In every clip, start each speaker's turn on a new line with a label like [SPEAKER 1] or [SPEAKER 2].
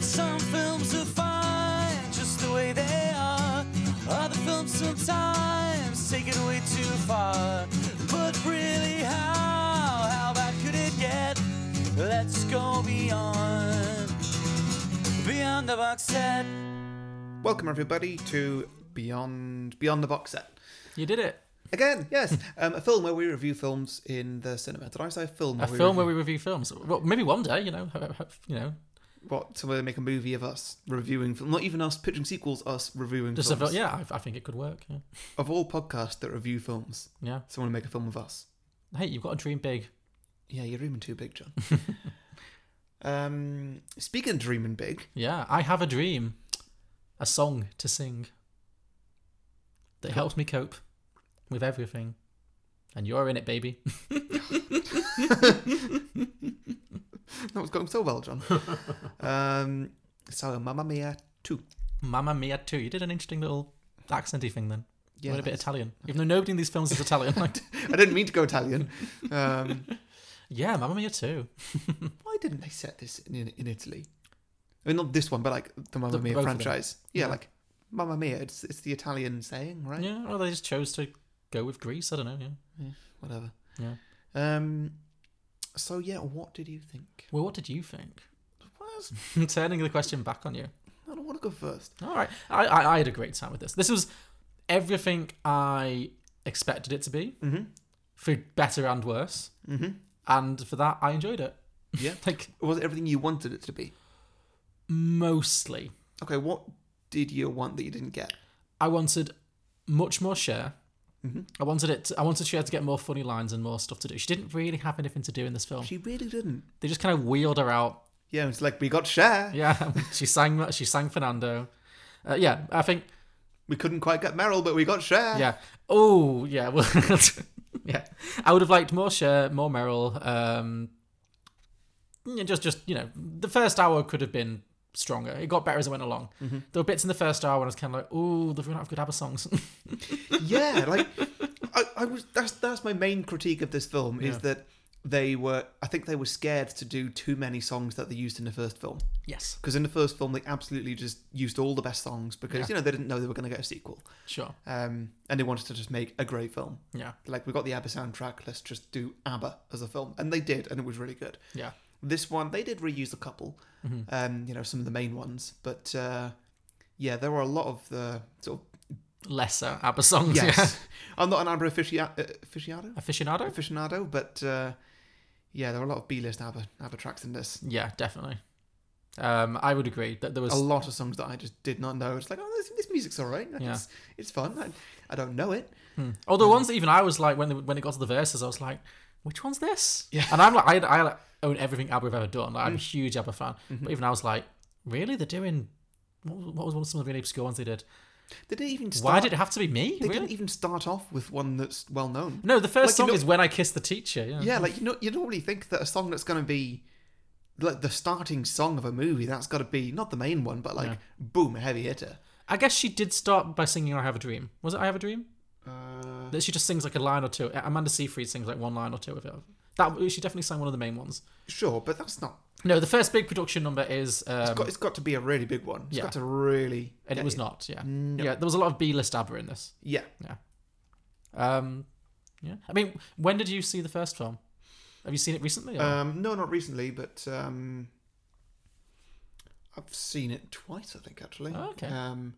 [SPEAKER 1] Some films are fine just the way they are. Other films sometimes take it way too far. But really, how? How bad could it get? Let's go beyond, beyond the box set.
[SPEAKER 2] Welcome everybody to Beyond Beyond the Box Set.
[SPEAKER 3] You did it.
[SPEAKER 2] Again, yes, um, a film where we review films in the cinema. Did I say film?
[SPEAKER 3] A film where we review films. Well, maybe one day, you know, ho- ho- you know,
[SPEAKER 2] where what? So they make a movie of us reviewing film. Not even us pitching sequels. Us reviewing
[SPEAKER 3] just a
[SPEAKER 2] films.
[SPEAKER 3] film. Yeah, I, I think it could work. Yeah.
[SPEAKER 2] Of all podcasts that review films,
[SPEAKER 3] yeah.
[SPEAKER 2] someone make a film of us.
[SPEAKER 3] Hey, you've got to dream big.
[SPEAKER 2] Yeah, you're dreaming too big, John. um, speaking of dreaming big,
[SPEAKER 3] Yeah, I have a dream, a song to sing that helps me cope with everything, and you're in it, baby.
[SPEAKER 2] that was going so well, John. um, so Mamma Mia two.
[SPEAKER 3] Mamma mia too. You did an interesting little accenty thing then.
[SPEAKER 2] Yeah,
[SPEAKER 3] Yeah, a bit
[SPEAKER 2] that's-
[SPEAKER 3] Italian, even though nobody in these films is Italian. Like,
[SPEAKER 2] I didn't mean to go Italian. Um,
[SPEAKER 3] yeah, Mamma mia too.
[SPEAKER 2] Why didn't they set this in in Italy? I mean, not this one, but like the Mamma
[SPEAKER 3] The-
[SPEAKER 2] Mia
[SPEAKER 3] both of them.
[SPEAKER 2] franchise. Yeah,
[SPEAKER 3] Yeah.
[SPEAKER 2] like Mamma Mia. It's it's the Italian saying, right?
[SPEAKER 3] Yeah, or they just chose to go with Greece. I don't know. Yeah.
[SPEAKER 2] Whatever.
[SPEAKER 3] Yeah.
[SPEAKER 2] Um. So yeah, what did you think?
[SPEAKER 3] Well, what did you think?
[SPEAKER 2] What?
[SPEAKER 3] Turning the question back on you.
[SPEAKER 2] I don't want to go first.
[SPEAKER 3] All right, I, I, I had a great time with this. This was everything I expected it to be,
[SPEAKER 2] Mm-hmm.
[SPEAKER 3] for better and worse,
[SPEAKER 2] Mm-hmm.
[SPEAKER 3] and for that I enjoyed it.
[SPEAKER 2] Yeah.
[SPEAKER 3] like
[SPEAKER 2] Was it everything you wanted it to be?
[SPEAKER 3] mostly,
[SPEAKER 2] Okay. What did you want that you didn't get?
[SPEAKER 3] I wanted much more Cher.
[SPEAKER 2] Mhm.
[SPEAKER 3] I wanted it. To, I wanted Cher to get more funny lines and more stuff to do. She didn't really have anything to do in this film.
[SPEAKER 2] She really didn't.
[SPEAKER 3] They just kind of wheeled her out.
[SPEAKER 2] Yeah. It's like we got Cher.
[SPEAKER 3] Yeah, she sang. She sang Fernando. Uh, yeah, I think
[SPEAKER 2] We couldn't quite get Meryl, but we got Cher.
[SPEAKER 3] Yeah. Oh, yeah. Well, yeah. I would have liked more Cher, more Meryl. Um, yeah, just, just you know, the first hour could have been stronger. It got better as it went along.
[SPEAKER 2] Mm-hmm.
[SPEAKER 3] There were bits in the first hour when I was kind of like, "Oh, they've run out of good ABBA songs."
[SPEAKER 2] yeah like I, I was that's that's my main critique of this film is
[SPEAKER 3] Yeah.
[SPEAKER 2] that they were i think they were scared to do too many songs that they used in the first film
[SPEAKER 3] yes,
[SPEAKER 2] because in the first film they absolutely just used all the best songs because
[SPEAKER 3] Yeah.
[SPEAKER 2] you know they didn't know they were going to get a sequel
[SPEAKER 3] sure.
[SPEAKER 2] um, and they wanted to just make a great film
[SPEAKER 3] Yeah,
[SPEAKER 2] like we got the abba soundtrack let's just do abba as a film and they did and it was really good
[SPEAKER 3] yeah.
[SPEAKER 2] this one they did reuse a couple
[SPEAKER 3] Mm-hmm.
[SPEAKER 2] um, you know some of the main ones but uh, yeah there were a lot of the sort of
[SPEAKER 3] Lesser ABBA songs.
[SPEAKER 2] yes i'm not an abba aficio- uh, aficionado
[SPEAKER 3] Yeah. Aficionado.
[SPEAKER 2] aficionado, but uh, yeah, there are a lot of B-list ABBA, ABBA tracks in this.
[SPEAKER 3] Yeah, definitely. Um, I would agree that there was
[SPEAKER 2] A lot of songs that I just did not know. It's like, oh, this, this music's all right. Like,
[SPEAKER 3] Yeah.
[SPEAKER 2] It's, it's fun. I, I don't know it.
[SPEAKER 3] Hmm. Although ones that even I was like when they, when it got to the verses, I was like, which one's this? Yeah. And I'm like, I, I like, own everything ABBA have ever done. Like, I'm a
[SPEAKER 2] Hmm.
[SPEAKER 3] huge ABBA fan.
[SPEAKER 2] Mm-hmm.
[SPEAKER 3] But even I was like, really? They're doing what was, what was one of some of the really obscure ones they did?
[SPEAKER 2] They didn't even start.
[SPEAKER 3] Why did it have to be me?
[SPEAKER 2] they
[SPEAKER 3] Really? Mm-hmm.
[SPEAKER 2] didn't even start off with one that's well known.
[SPEAKER 3] No, the first
[SPEAKER 2] Like, you
[SPEAKER 3] song
[SPEAKER 2] know-
[SPEAKER 3] is "When I Kissed the Teacher." Yeah.
[SPEAKER 2] Yeah, like you know, you normally think that a song that's going to be like the starting song of a movie that's got to be not the main one, but like
[SPEAKER 3] Yeah.
[SPEAKER 2] boom, a heavy hitter.
[SPEAKER 3] I guess she did start by singing "I Have a Dream." Was it "I Have a Dream"?
[SPEAKER 2] Uh,
[SPEAKER 3] That she just sings like a line or two. Amanda Seyfried sings like one line or two of it. That she definitely sang one of the main ones.
[SPEAKER 2] sure, but that's not.
[SPEAKER 3] No, the first big production number is um,
[SPEAKER 2] Got, it's got to be a really big one. It's
[SPEAKER 3] yeah.
[SPEAKER 2] got to really.
[SPEAKER 3] and
[SPEAKER 2] yeah,
[SPEAKER 3] it was not. Yeah, yeah. There was a lot of B-list ABBA in this.
[SPEAKER 2] Yeah,
[SPEAKER 3] Um, yeah. I mean, when did you see the first film? Have you seen it recently? or-
[SPEAKER 2] Um, no, not recently, but um, I've seen it twice. I think actually.
[SPEAKER 3] Oh, okay.
[SPEAKER 2] Um,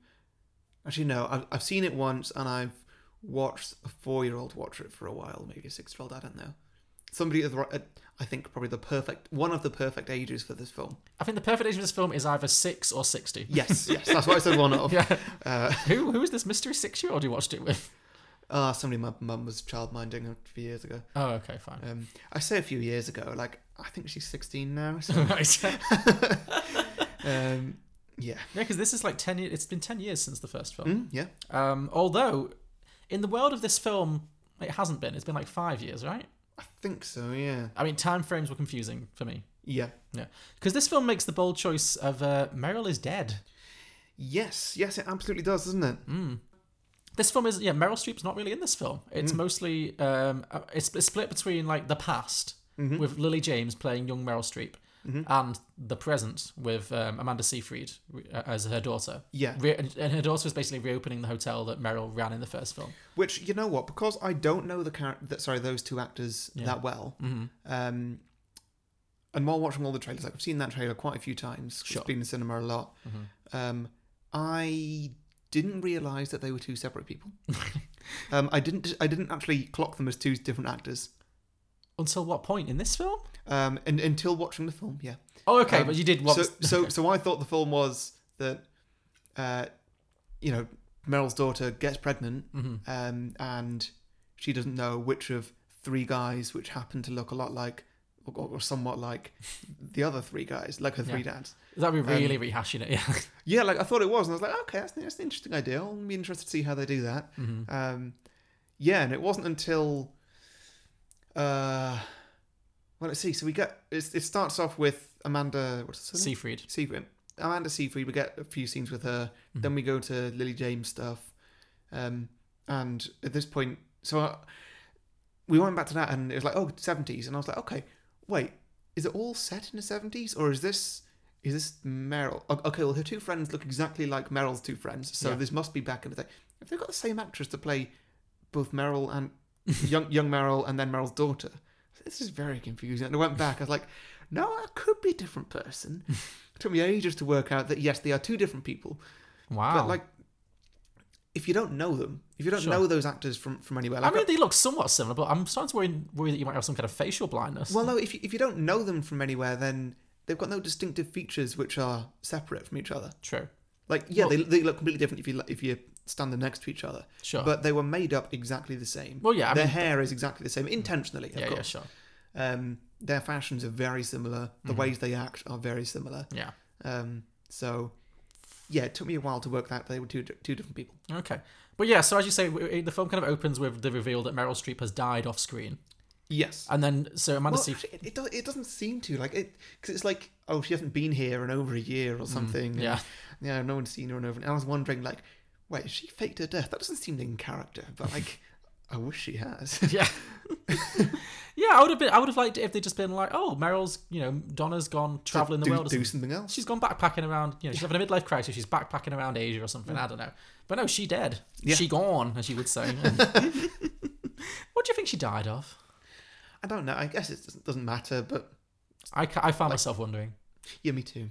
[SPEAKER 2] actually, no, I've, I've seen it once, and I've watched a four-year-old watch it for a while, maybe a six-year-old. I don't know. Somebody at the right, at- I think probably the perfect one of the perfect ages for this film.
[SPEAKER 3] I think the perfect age for this film is either six or sixty.
[SPEAKER 2] Yes, yes, that's what I said. One of.
[SPEAKER 3] Yeah.
[SPEAKER 2] Uh,
[SPEAKER 3] who who is this mystery six-year-old you watched it with?
[SPEAKER 2] ah, somebody my mum was childminding a few years ago.
[SPEAKER 3] Oh, okay, fine.
[SPEAKER 2] Um, I say a few years ago, like I think she's sixteen now. So,
[SPEAKER 3] Right. yeah,
[SPEAKER 2] um, yeah,
[SPEAKER 3] because this is like ten years. It's been ten years since the first film.
[SPEAKER 2] Mm, yeah.
[SPEAKER 3] Um, although, in the world of this film, it hasn't been. It's been like five years, right?
[SPEAKER 2] I think so. Yeah.
[SPEAKER 3] I mean, time frames were confusing for me.
[SPEAKER 2] Yeah.
[SPEAKER 3] Yeah, because this film makes the bold choice of uh, Meryl is dead.
[SPEAKER 2] Yes, yes, it absolutely does, doesn't it?
[SPEAKER 3] this film is yeah meryl streep's not really in this film
[SPEAKER 2] Mm.
[SPEAKER 3] it's
[SPEAKER 2] Mm-hmm.
[SPEAKER 3] mostly um uh, it's, it's split between like the past with lily james playing young meryl streep and The Present with um, Amanda Seyfried uh, as her daughter.
[SPEAKER 2] Yeah.
[SPEAKER 3] Re- and and her daughter is basically reopening the hotel that Meryl ran in the first film.
[SPEAKER 2] Which you know what? Because I don't know the character. That, sorry, those two actors that well. Um, and while watching all the trailers, like I've seen that trailer quite a few times. 'cause
[SPEAKER 3] Sure.
[SPEAKER 2] It's been in the cinema a lot. Um, I didn't realize that they were two separate people. um, I didn't. I didn't actually clock them as two different actors
[SPEAKER 3] Until what point in this film?
[SPEAKER 2] um, and, until watching the film. Yeah.
[SPEAKER 3] Oh, okay,
[SPEAKER 2] Um,
[SPEAKER 3] but you did what?
[SPEAKER 2] so so so I thought the film was that, uh, you know, Meryl's daughter gets pregnant,
[SPEAKER 3] mm-hmm.
[SPEAKER 2] um, and she doesn't know which of three guys, which happen to look a lot like, or, or somewhat like, the other three guys, like her three dads.
[SPEAKER 3] That'd be
[SPEAKER 2] um,
[SPEAKER 3] really rehashing it. Yeah.
[SPEAKER 2] Yeah, like I thought it was, and I was like, okay, that's, that's an interesting idea. I'll be interested to see how they do that.
[SPEAKER 3] Mm-hmm.
[SPEAKER 2] Um, yeah, and it wasn't until, uh, well, let's see. So we get it's, it starts off with Amanda. What's her name?
[SPEAKER 3] Seyfried.
[SPEAKER 2] Seafried. Amanda Seafried, we get a few scenes with her. Then we go to Lily James stuff. Um, and at this point, so I, we went back to that and it was like, oh, 70s. And I was like, okay, wait, is it all set in the 70s or is this. Is this Meryl? O- Okay, well, her two friends look exactly like Meryl's two friends, so
[SPEAKER 3] Yeah.
[SPEAKER 2] this must be back in the day. If they've got the same actress to play both Meryl and young young Meryl and then Meryl's daughter, this is very confusing. And I went back. I was like, no, that could be a different person. it took me ages to work out that yes, they are two different people.
[SPEAKER 3] Wow.
[SPEAKER 2] But like, if you don't know them, if you don't
[SPEAKER 3] Ah. Sure.
[SPEAKER 2] know those actors from from anywhere,
[SPEAKER 3] I
[SPEAKER 2] like,
[SPEAKER 3] mean, they look somewhat similar, but I'm starting to worry, worry that you might have some kind of facial blindness.
[SPEAKER 2] well, no, if you, if you don't know them from anywhere, then they've got no distinctive features which are separate from each other.
[SPEAKER 3] True.
[SPEAKER 2] Like, yeah, they, they look completely different if you if you stand them next to each other.
[SPEAKER 3] Sure.
[SPEAKER 2] But they were made up exactly the same.
[SPEAKER 3] Ah. Well, yeah, I
[SPEAKER 2] Their
[SPEAKER 3] mean-
[SPEAKER 2] hair is exactly the same intentionally. Of
[SPEAKER 3] Yeah, yeah,
[SPEAKER 2] course.
[SPEAKER 3] sure.
[SPEAKER 2] Um, their fashions are very similar. The
[SPEAKER 3] Mm-hmm.
[SPEAKER 2] ways they act are very similar.
[SPEAKER 3] Yeah.
[SPEAKER 2] Um, so, yeah, it took me a while to work that they were two two different people.
[SPEAKER 3] Okay. But yeah, so as you say, w- it- the film kind of opens with the reveal that Meryl Streep has died off screen.
[SPEAKER 2] Yes.
[SPEAKER 3] And then, so Amanda
[SPEAKER 2] well,
[SPEAKER 3] Seyfried.
[SPEAKER 2] actually, it, it, does, it doesn't seem to like it because it's like oh she hasn't been here in over a year or something. and,
[SPEAKER 3] Mm, yeah.
[SPEAKER 2] Yeah, no one's seen her in over. And I was wondering like, wait, has she faked her death? That doesn't seem in character, but like, I wish she has.
[SPEAKER 3] Yeah. yeah, I would have been, I would have liked it if they'd just been like, oh, Meryl's, you know, Donna's gone traveling the
[SPEAKER 2] do,
[SPEAKER 3] world. or
[SPEAKER 2] do
[SPEAKER 3] something.
[SPEAKER 2] something else.
[SPEAKER 3] She's gone backpacking around, you know, she's having a midlife crisis. She's backpacking around Asia or something.
[SPEAKER 2] Mm.
[SPEAKER 3] I don't know. But no, she dead. She gone, as you would say. what do you think she died of?
[SPEAKER 2] I don't know. I guess it doesn't, doesn't matter, but
[SPEAKER 3] I, ca- I found myself wondering.
[SPEAKER 2] yeah, me too.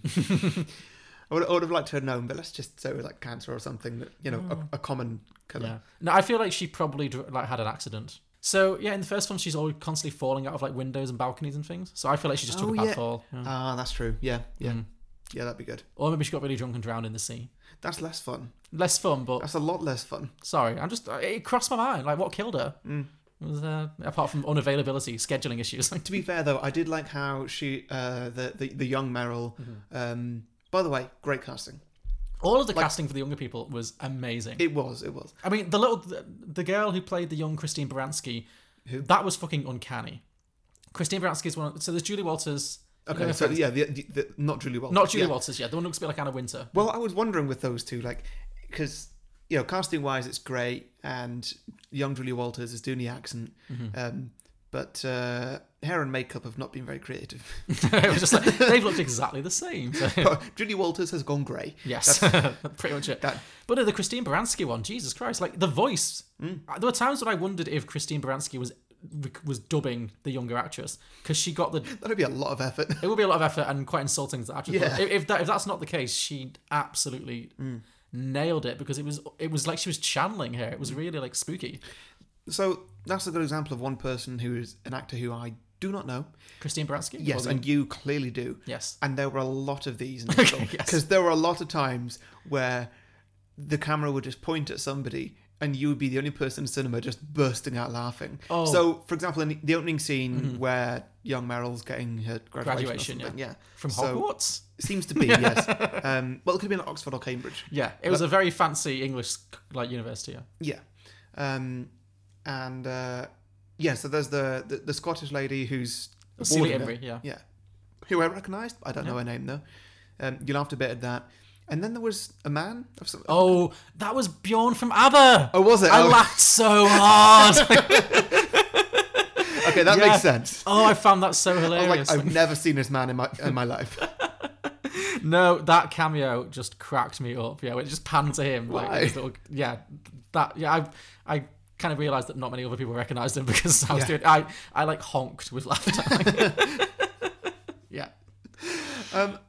[SPEAKER 2] I would, I would have liked to have known, but let's just say it was like cancer or something that you know a, a common killer.
[SPEAKER 3] Mm. Yeah. No, I feel like she probably dr- like had an accident. So yeah, in the first film, she's always constantly falling out of like windows and balconies and things. So I feel like she just took
[SPEAKER 2] Oh,
[SPEAKER 3] a bad
[SPEAKER 2] yeah.
[SPEAKER 3] fall, Yeah. Mm.
[SPEAKER 2] Ah, that's true. Yeah, yeah, yeah. That'd be good.
[SPEAKER 3] or maybe she got really drunk and drowned in the sea.
[SPEAKER 2] That's less fun.
[SPEAKER 3] Less fun, but
[SPEAKER 2] That's a lot less fun.
[SPEAKER 3] sorry, I'm just it crossed my mind. Like what killed her?
[SPEAKER 2] Mm.
[SPEAKER 3] It was, uh, apart from unavailability, scheduling issues.
[SPEAKER 2] To be fair, though, I did like how she, uh, the, the the young Meryl.
[SPEAKER 3] Mm-hmm.
[SPEAKER 2] Um, by the way, great casting.
[SPEAKER 3] All of the casting for the younger people was amazing.
[SPEAKER 2] It was, it was.
[SPEAKER 3] I mean, the little the, the girl who played the young Christine Baranski, that was fucking uncanny. Christine Baranski is one. Of, so there's Julie Walters. you know
[SPEAKER 2] Okay,
[SPEAKER 3] her
[SPEAKER 2] so
[SPEAKER 3] friends-
[SPEAKER 2] yeah, the, the, the not Julie Walters.
[SPEAKER 3] not Julie
[SPEAKER 2] yeah.
[SPEAKER 3] Walters. Yeah, the one who looks a bit like Anna Winter.
[SPEAKER 2] Well, I was wondering with those two, like, because you know, casting wise, it's great, and young Julie Walters is doing the accent,
[SPEAKER 3] Mm-hmm.
[SPEAKER 2] um, but uh, hair and makeup have not been very creative.
[SPEAKER 3] it was just like they've looked exactly the same. So,
[SPEAKER 2] Julie Walters has gone grey.
[SPEAKER 3] yes, pretty much it.
[SPEAKER 2] that-
[SPEAKER 3] but no, the Christine Baranski one, Jesus Christ! Like the voice.
[SPEAKER 2] Mm.
[SPEAKER 3] Uh, There were times when I wondered if Christine Baranski was was dubbing the younger actress because she got the.
[SPEAKER 2] That'd be a lot of effort.
[SPEAKER 3] It would be a lot of effort and quite insulting to the actress.
[SPEAKER 2] Yeah. Mm.
[SPEAKER 3] But If, if that if that's not the case, she absolutely. Nailed it because it was it was like she was channeling her.
[SPEAKER 2] Mm.
[SPEAKER 3] It was really like spooky.
[SPEAKER 2] so that's a good example of one person who is an actor who I do not know.
[SPEAKER 3] Christine Baranski.
[SPEAKER 2] Yes,
[SPEAKER 3] Well,
[SPEAKER 2] and you clearly do.
[SPEAKER 3] yes.
[SPEAKER 2] And there were a lot of these in because
[SPEAKER 3] yes.
[SPEAKER 2] there were a lot of times where the camera would just point at somebody and you would be the only person in cinema just bursting out laughing.
[SPEAKER 3] Oh. Mm-hmm.
[SPEAKER 2] So, for example, in the opening scene where young Meryl's getting her graduation,
[SPEAKER 3] Graduation,
[SPEAKER 2] or something,
[SPEAKER 3] yeah.
[SPEAKER 2] yeah.
[SPEAKER 3] From
[SPEAKER 2] So-
[SPEAKER 3] Hogwarts.
[SPEAKER 2] It seems to be, yes. Um, well, it could have been at Oxford or Cambridge.
[SPEAKER 3] Yeah, it was a very fancy English like university. Yeah.
[SPEAKER 2] Yeah. Um, and uh, yeah, so there's the, the, the Scottish lady who's.
[SPEAKER 3] Celia
[SPEAKER 2] awarding her.
[SPEAKER 3] Imrie, yeah.
[SPEAKER 2] Yeah. Who I recognised. I don't know her name, though. Um, you laughed a bit at that. And then there was a man of some.
[SPEAKER 3] Oh, that was Bjorn from ABBA.
[SPEAKER 2] Oh, was it?
[SPEAKER 3] I
[SPEAKER 2] Oh.
[SPEAKER 3] laughed so hard.
[SPEAKER 2] Okay, that
[SPEAKER 3] Yeah.
[SPEAKER 2] makes sense.
[SPEAKER 3] Oh, I found that so
[SPEAKER 2] I was
[SPEAKER 3] hilarious.
[SPEAKER 2] like, I've never seen this man in my in my life.
[SPEAKER 3] no, that cameo just cracked me up. Yeah, when it just panned to him. Like,
[SPEAKER 2] Why?
[SPEAKER 3] his little- yeah, that. Yeah, I, I kind of realized that not many other people recognized him because I was
[SPEAKER 2] Yeah.
[SPEAKER 3] doing. I, I like honked with laughter. yeah.
[SPEAKER 2] Um,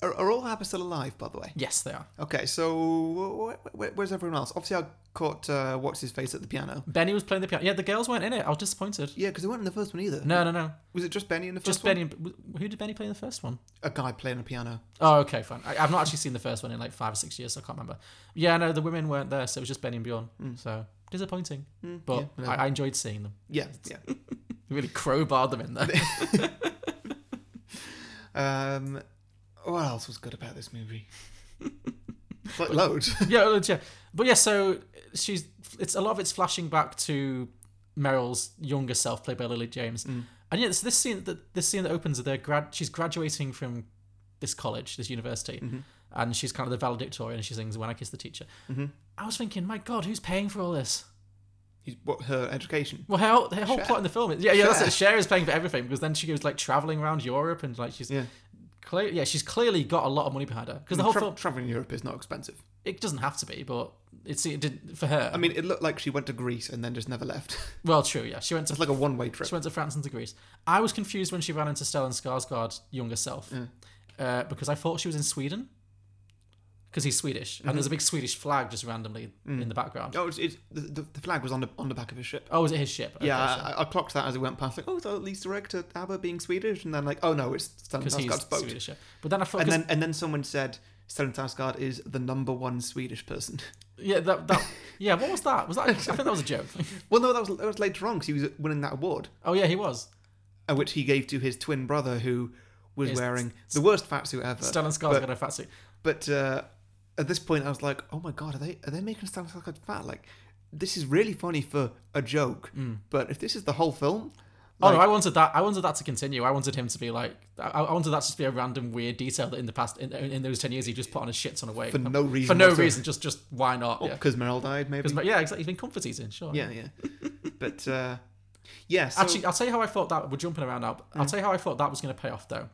[SPEAKER 2] are, are all Abba still alive, by the way?
[SPEAKER 3] Yes, they are.
[SPEAKER 2] Okay, so wh- wh- where's everyone else? Obviously, I caught uh, what's his face at the piano.
[SPEAKER 3] Benny was playing the piano. Yeah, the girls weren't in it. I was disappointed.
[SPEAKER 2] Yeah, because they weren't in the first one either.
[SPEAKER 3] No, no, no.
[SPEAKER 2] was it just Benny in the first
[SPEAKER 3] Just
[SPEAKER 2] one?
[SPEAKER 3] Benny. and- Who did Benny play in the first one?
[SPEAKER 2] A guy playing a piano.
[SPEAKER 3] Oh, okay, fine. I, I've not actually seen the first one in like five or six years, so I can't remember. Yeah, no, the women weren't there, so it was just Benny and Bjorn. So disappointing, but
[SPEAKER 2] Hmm, yeah, no.
[SPEAKER 3] I, I enjoyed seeing them.
[SPEAKER 2] Yeah, yeah.
[SPEAKER 3] Really crowbarred them in there.
[SPEAKER 2] Um, what else was good about this movie? like loads.
[SPEAKER 3] yeah, well, yeah, but yeah. So she's it's a lot of it's flashing back to Meryl's younger self, played by Lily James, and yeah, it's this scene that this scene that opens. They're grad. She's graduating from this college, this university,
[SPEAKER 2] Hmm. Mm-hmm.
[SPEAKER 3] and she's kind of the valedictorian. and She sings "When I Kiss the Teacher."
[SPEAKER 2] Mm-hmm.
[SPEAKER 3] I was thinking, my God, who's paying for all this?
[SPEAKER 2] He's- what her education?
[SPEAKER 3] Well, her, whole- her whole
[SPEAKER 2] Cher.
[SPEAKER 3] plot in the film is yeah, yeah. That's it. Cher is paying for everything because then she goes like traveling around Europe and like she's
[SPEAKER 2] Yeah, Mm,
[SPEAKER 3] clear, yeah, she's clearly got a lot of money behind her because the whole
[SPEAKER 2] Tra-
[SPEAKER 3] film
[SPEAKER 2] traveling in Europe is not expensive.
[SPEAKER 3] it doesn't have to be, but it's it did for her.
[SPEAKER 2] I mean, it looked like she went to Greece and then just never left.
[SPEAKER 3] well, true, yeah. She went to
[SPEAKER 2] it's like a one-way trip.
[SPEAKER 3] she went to France and to Greece. I was confused when she ran into Stellan Skarsgård's younger self uh, because I thought she was in Sweden because he's Swedish
[SPEAKER 2] Mm-hmm.
[SPEAKER 3] and there's a big Swedish flag just randomly in the background.
[SPEAKER 2] Oh, it's, it's the, the the flag was on the on the back of his ship.
[SPEAKER 3] Oh, is it his ship? Okay,
[SPEAKER 2] Yeah,
[SPEAKER 3] sure.
[SPEAKER 2] I, I clocked that as it went past. Like, oh, it's a Easter egg to ABBA being Swedish, and then like, oh no, it's Stellan
[SPEAKER 3] because he's
[SPEAKER 2] Skarsgård's boat.
[SPEAKER 3] Swedish. yeah. But then I thought,
[SPEAKER 2] And
[SPEAKER 3] 'cause-
[SPEAKER 2] then and then someone said Stellan Skarsgård is the number one Swedish person.
[SPEAKER 3] yeah, that, that, yeah, what was that? Was that? I think that was a joke.
[SPEAKER 2] well, no, that was that was later on because he was winning that award,
[SPEAKER 3] Oh yeah, he was.
[SPEAKER 2] uh, which he gave to his twin brother who was
[SPEAKER 3] Is-
[SPEAKER 2] wearing the worst fat suit ever.
[SPEAKER 3] Stellan Skarsgård in a fat suit.
[SPEAKER 2] But uh, at this point, I was like, oh my god, are they are they making Stellan Skarsgård fat? Like, this is really funny for a joke,
[SPEAKER 3] Mm.
[SPEAKER 2] but if this is the whole film,
[SPEAKER 3] Oh no,
[SPEAKER 2] like-
[SPEAKER 3] I wanted that. I wanted that to continue. I wanted him to be like. I, I wanted that to just be a random weird detail that in the past, in, in those ten years, he just put on a shit ton of weight
[SPEAKER 2] For no reason
[SPEAKER 3] For no
[SPEAKER 2] whatsoever.
[SPEAKER 3] reason, just just why not? yeah.
[SPEAKER 2] because Meryl died, maybe.
[SPEAKER 3] 'Cause, but yeah, exactly. He's been comfort eating, sure.
[SPEAKER 2] Yeah, yeah. but uh, yeah, so,
[SPEAKER 3] Actually, I'll tell you how I thought that. We're jumping around now. But I'll tell you how I thought that was going to pay off though,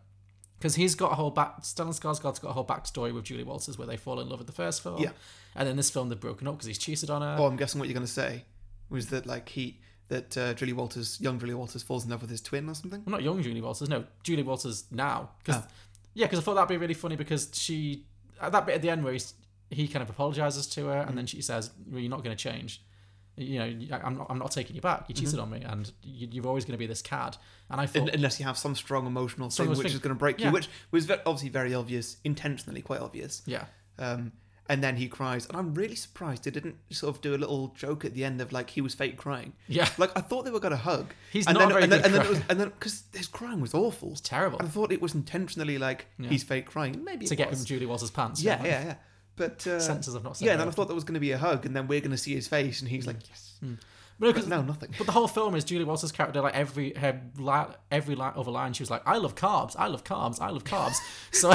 [SPEAKER 3] because he's got a whole back. Stellan Skarsgård's got a whole backstory with Julie Walters where they fall in love at the first film.
[SPEAKER 2] Yeah.
[SPEAKER 3] And then this film they've broken up because he's cheated on her.
[SPEAKER 2] oh, I'm guessing what you're going to say was that like he that uh, Julie Walters, young Julie Walters, falls in love with his twin or something.
[SPEAKER 3] Well, not young Julie Walters. No, Julie Walters now. Cause,
[SPEAKER 2] Oh.
[SPEAKER 3] Yeah, because I thought that'd be really funny because she at that bit at the end where he's, he kind of apologizes to her
[SPEAKER 2] Mm.
[SPEAKER 3] and then she says, "Well, you're not going to change. You know, you- I'm not. I'm not taking you back. You
[SPEAKER 2] Mm-hmm.
[SPEAKER 3] cheated on me, and you, you're always going to be this cad." And I
[SPEAKER 2] Un-
[SPEAKER 3] thought,
[SPEAKER 2] Unless you have some strong emotional
[SPEAKER 3] Oh. Strong
[SPEAKER 2] thing which
[SPEAKER 3] thing.
[SPEAKER 2] is going to break
[SPEAKER 3] Yeah.
[SPEAKER 2] you, which was ve- obviously very obvious, intentionally quite obvious.
[SPEAKER 3] yeah,
[SPEAKER 2] Um, and then he cries, and I'm really surprised they didn't sort of do a little joke at the end of like he was fake crying.
[SPEAKER 3] Yeah.
[SPEAKER 2] like I thought they were going to hug.
[SPEAKER 3] He's
[SPEAKER 2] and
[SPEAKER 3] not
[SPEAKER 2] then,
[SPEAKER 3] a very
[SPEAKER 2] and then,
[SPEAKER 3] good
[SPEAKER 2] and then it
[SPEAKER 3] crier.
[SPEAKER 2] was, and then because his crying was awful, it's
[SPEAKER 3] terrible.
[SPEAKER 2] I thought it was intentionally like he's fake crying, maybe
[SPEAKER 3] to
[SPEAKER 2] it
[SPEAKER 3] get
[SPEAKER 2] was.
[SPEAKER 3] him Julie Walters' pants.
[SPEAKER 2] Yeah, yeah, yeah. But uh,
[SPEAKER 3] Senses I've not Mm. said
[SPEAKER 2] Yeah, then I
[SPEAKER 3] that.
[SPEAKER 2] thought there was going to be a hug, and then we're going to see his face, and he's like, "Yes."
[SPEAKER 3] But no,
[SPEAKER 2] But
[SPEAKER 3] 'cause-
[SPEAKER 2] no, nothing.
[SPEAKER 3] But the whole film is Julie Walters' character. Like every her li- every li- other line, she was like, "I love carbs. I love carbs. I love carbs." so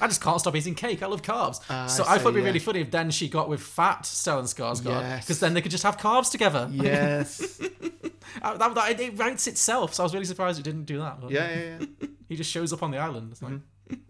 [SPEAKER 3] I just can't stop eating cake. I love carbs.
[SPEAKER 2] Ah, I
[SPEAKER 3] so I
[SPEAKER 2] see,
[SPEAKER 3] thought it'd be
[SPEAKER 2] yeah.
[SPEAKER 3] really funny if then she got with fat Stellan Skarsgård,
[SPEAKER 2] Yes.
[SPEAKER 3] because then they could just have carbs together.
[SPEAKER 2] Yes.
[SPEAKER 3] Uh, that, that- it writes itself. So I was really surprised it didn't do that. But
[SPEAKER 2] yeah, Mm-hmm. yeah, yeah.
[SPEAKER 3] he just shows up on the island. It's like,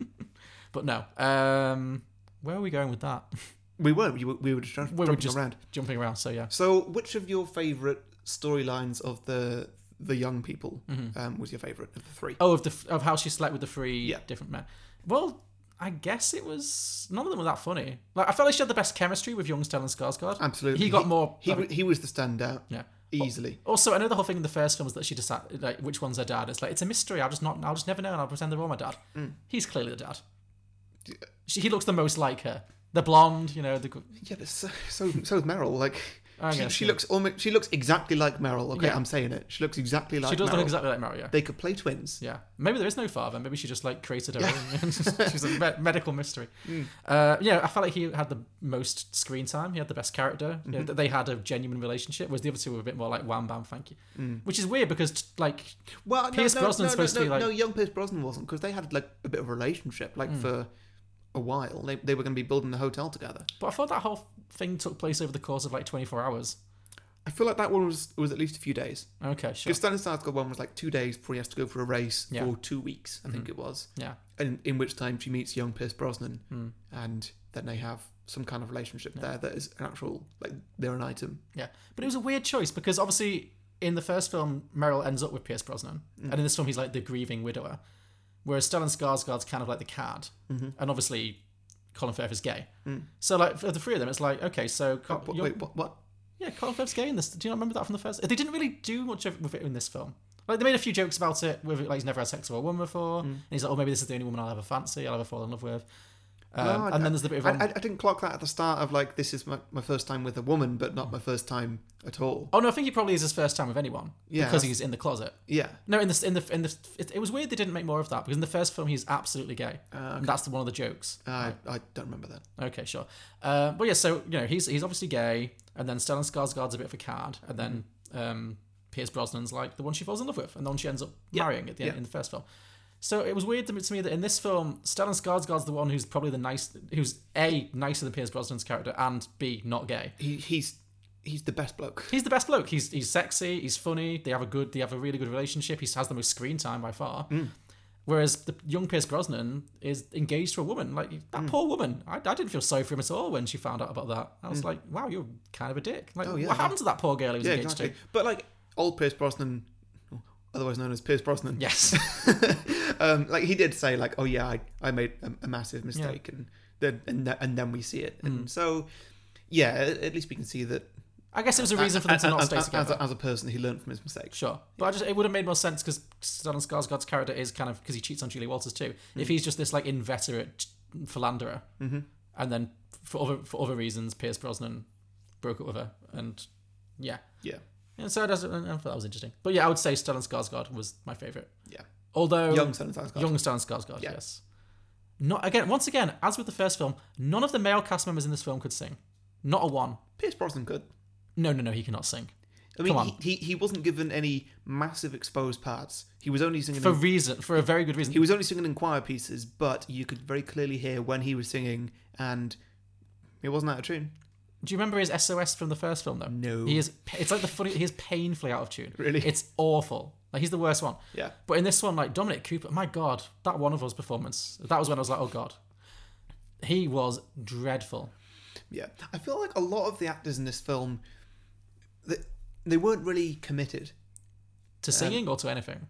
[SPEAKER 3] but no. Um, where are we going with that?
[SPEAKER 2] We were. We were, we were just jumping
[SPEAKER 3] We were just
[SPEAKER 2] around.
[SPEAKER 3] jumping around. So yeah.
[SPEAKER 2] So, which of your favourite storylines of the the young people
[SPEAKER 3] Mm-hmm.
[SPEAKER 2] um, was your favourite of the three?
[SPEAKER 3] Oh, of the f- of how she slept with the three
[SPEAKER 2] Yeah.
[SPEAKER 3] different men. Well, I guess it was none of them were that funny. Like I felt like she had the best chemistry with young Stellan Skarsgård.
[SPEAKER 2] Absolutely.
[SPEAKER 3] he got more.
[SPEAKER 2] He, wa- he was the standout
[SPEAKER 3] yeah.
[SPEAKER 2] easily.
[SPEAKER 3] Also, I know the whole thing in the first film is that she decided like which one's her dad. It's like it's a mystery. I'll just not. I'll just never know, and I'll pretend they're all my dad.
[SPEAKER 2] Mm.
[SPEAKER 3] He's clearly the dad. She, he looks the most like her. The blonde, you know, the gr-
[SPEAKER 2] Yeah, but so so, so is Meryl. Like
[SPEAKER 3] I
[SPEAKER 2] she,
[SPEAKER 3] guess,
[SPEAKER 2] she
[SPEAKER 3] yeah.
[SPEAKER 2] looks almost. She looks exactly like Meryl. Okay,
[SPEAKER 3] Yeah.
[SPEAKER 2] I'm saying it. She looks exactly like.
[SPEAKER 3] she does
[SPEAKER 2] Meryl.
[SPEAKER 3] look exactly like Mario.
[SPEAKER 2] They could play twins.
[SPEAKER 3] Yeah, maybe there is no father. Maybe she just like created her own. She's a me- medical mystery. Uh, yeah, I felt like he had the most screen time. He had the best character. You know, th- they had a genuine relationship, whereas the other two were a bit more like wham bam thank you, which is weird because t- like
[SPEAKER 2] Well,
[SPEAKER 3] Pierce
[SPEAKER 2] no, no,
[SPEAKER 3] Brosnan's
[SPEAKER 2] no,
[SPEAKER 3] supposed
[SPEAKER 2] no,
[SPEAKER 3] to be
[SPEAKER 2] no,
[SPEAKER 3] like- Hmm.
[SPEAKER 2] no, young Pierce Brosnan wasn't because they had like a bit of a relationship, like for a while. They they were going to be building the hotel together.
[SPEAKER 3] but I thought that whole thing took place over the course of like twenty four hours.
[SPEAKER 2] I feel like that one was was at least a few days.
[SPEAKER 3] Okay, sure.
[SPEAKER 2] Because Stanislav's got one was like two days before he has to go for a race
[SPEAKER 3] Yeah. Mm-hmm.
[SPEAKER 2] for two weeks, I think it was.
[SPEAKER 3] Yeah.
[SPEAKER 2] And in which time she meets young Pierce Brosnan,
[SPEAKER 3] Hmm.
[SPEAKER 2] and then they have some kind of relationship there that is an actual like they're an item.
[SPEAKER 3] Yeah, but it was a weird choice because obviously in the first film Meryl ends up with Pierce Brosnan,
[SPEAKER 2] Mm.
[SPEAKER 3] and in this film he's like the grieving widower, whereas Stellan Skarsgård's kind of like the cad,
[SPEAKER 2] Mm-hmm.
[SPEAKER 3] and obviously Colin Firth is gay. So like for the three of them, it's like okay, so Col-
[SPEAKER 2] What,
[SPEAKER 3] you're-
[SPEAKER 2] Mm. wait, what? What?
[SPEAKER 3] yeah, Colin Firth's gay in this. Do you not remember that from the first? They didn't really do much of, with it in this film. Like they made a few jokes about it, with like he's never had sex with a woman before,
[SPEAKER 2] Mm.
[SPEAKER 3] and he's like, oh maybe this is the only woman I'll ever fancy, I'll ever fall in love with. Um,
[SPEAKER 2] No, I-
[SPEAKER 3] and then there's the bit of
[SPEAKER 2] I,
[SPEAKER 3] um,
[SPEAKER 2] I, I didn't clock that at the start of like this is my, my first time with a woman, but not my first time at all.
[SPEAKER 3] oh no, I think he probably is his first time with anyone
[SPEAKER 2] Yeah,
[SPEAKER 3] because
[SPEAKER 2] that's-
[SPEAKER 3] he's in the closet.
[SPEAKER 2] Yeah,
[SPEAKER 3] No, in the in the in the it, it was weird they didn't make more of that because in the first film he's absolutely gay.
[SPEAKER 2] Ah,
[SPEAKER 3] And that's the, one of the jokes.
[SPEAKER 2] I I don't remember that.
[SPEAKER 3] Okay, sure. Uh, but yeah, so you know he's he's obviously gay, and then Stellan Skarsgård's a bit of a card, and then
[SPEAKER 2] Mm-hmm.
[SPEAKER 3] um, Pierce Brosnan's like the one she falls in love with, and the one she ends up marrying at the end
[SPEAKER 2] yeah.
[SPEAKER 3] in the first film. So it was weird to me- to me that in this film Stellan Skarsgård's the one who's probably the nice, who's a nicer than Pierce Brosnan's character, and b not gay.
[SPEAKER 2] He he's he's the best bloke.
[SPEAKER 3] He's the best bloke. He's he's sexy. He's funny. They have a good. They have a really good relationship. He has the most screen time by far.
[SPEAKER 2] Mm.
[SPEAKER 3] Whereas the young Pierce Brosnan is engaged to a woman. Like that
[SPEAKER 2] Mm.
[SPEAKER 3] poor woman. I, I didn't feel sorry for him at all when she found out about that. I was like, wow, you're kind of a dick. Like,
[SPEAKER 2] Mm. Oh, yeah,
[SPEAKER 3] what
[SPEAKER 2] yeah.
[SPEAKER 3] happened to that poor girl he was
[SPEAKER 2] Yeah,
[SPEAKER 3] engaged
[SPEAKER 2] exactly. But like old Pierce Brosnan, otherwise known as Pierce Brosnan.
[SPEAKER 3] to? Yes.
[SPEAKER 2] um, like he did say like oh yeah i, I made a, a massive mistake and then and, th- and then we see it
[SPEAKER 3] Hmm.
[SPEAKER 2] and so yeah a- at least we can see that
[SPEAKER 3] I guess it was a reason for them to
[SPEAKER 2] as,
[SPEAKER 3] not stay
[SPEAKER 2] as- as
[SPEAKER 3] together.
[SPEAKER 2] a, as a person he learned from his mistakes
[SPEAKER 3] Sure, but I just it would have made more sense because Stellan Skarsgård's character is kind of because he cheats on Julie Walters too.
[SPEAKER 2] Mm-hmm.
[SPEAKER 3] If he's just this like inveterate philanderer, and then for other for other reasons, Pierce Brosnan broke up with her, and yeah,
[SPEAKER 2] yeah
[SPEAKER 3] and so I, just, I thought that was interesting. But yeah, I would say Stellan Skarsgård was my favorite.
[SPEAKER 2] yeah
[SPEAKER 3] Although
[SPEAKER 2] young son of Skarsgård.
[SPEAKER 3] Oh. young Stellan Skarsgård,
[SPEAKER 2] Yeah.
[SPEAKER 3] yes. Not again. Once again, as with the first film, none of the male cast members in this film could sing. Not a one.
[SPEAKER 2] pierce brosnan could
[SPEAKER 3] No, no, no. He cannot sing
[SPEAKER 2] i mean
[SPEAKER 3] on.
[SPEAKER 2] he, he he wasn't given any massive exposed parts he was only singing
[SPEAKER 3] for
[SPEAKER 2] in,
[SPEAKER 3] reason for a very good reason.
[SPEAKER 2] he was only singing in choir pieces but you could very clearly hear when he was singing and it wasn't out of tune
[SPEAKER 3] Do you remember his SOS from the first film though?
[SPEAKER 2] No.
[SPEAKER 3] He is. It's like the funny. He is painfully out of tune.
[SPEAKER 2] Really?
[SPEAKER 3] It's awful. Like he's the worst one.
[SPEAKER 2] yeah
[SPEAKER 3] But in this one, like Dominic Cooper, my god, that one of us performance. That was when I was like, oh god, he was dreadful.
[SPEAKER 2] Yeah, I feel like a lot of the actors in this film, they, they weren't really committed
[SPEAKER 3] To singing or to anything.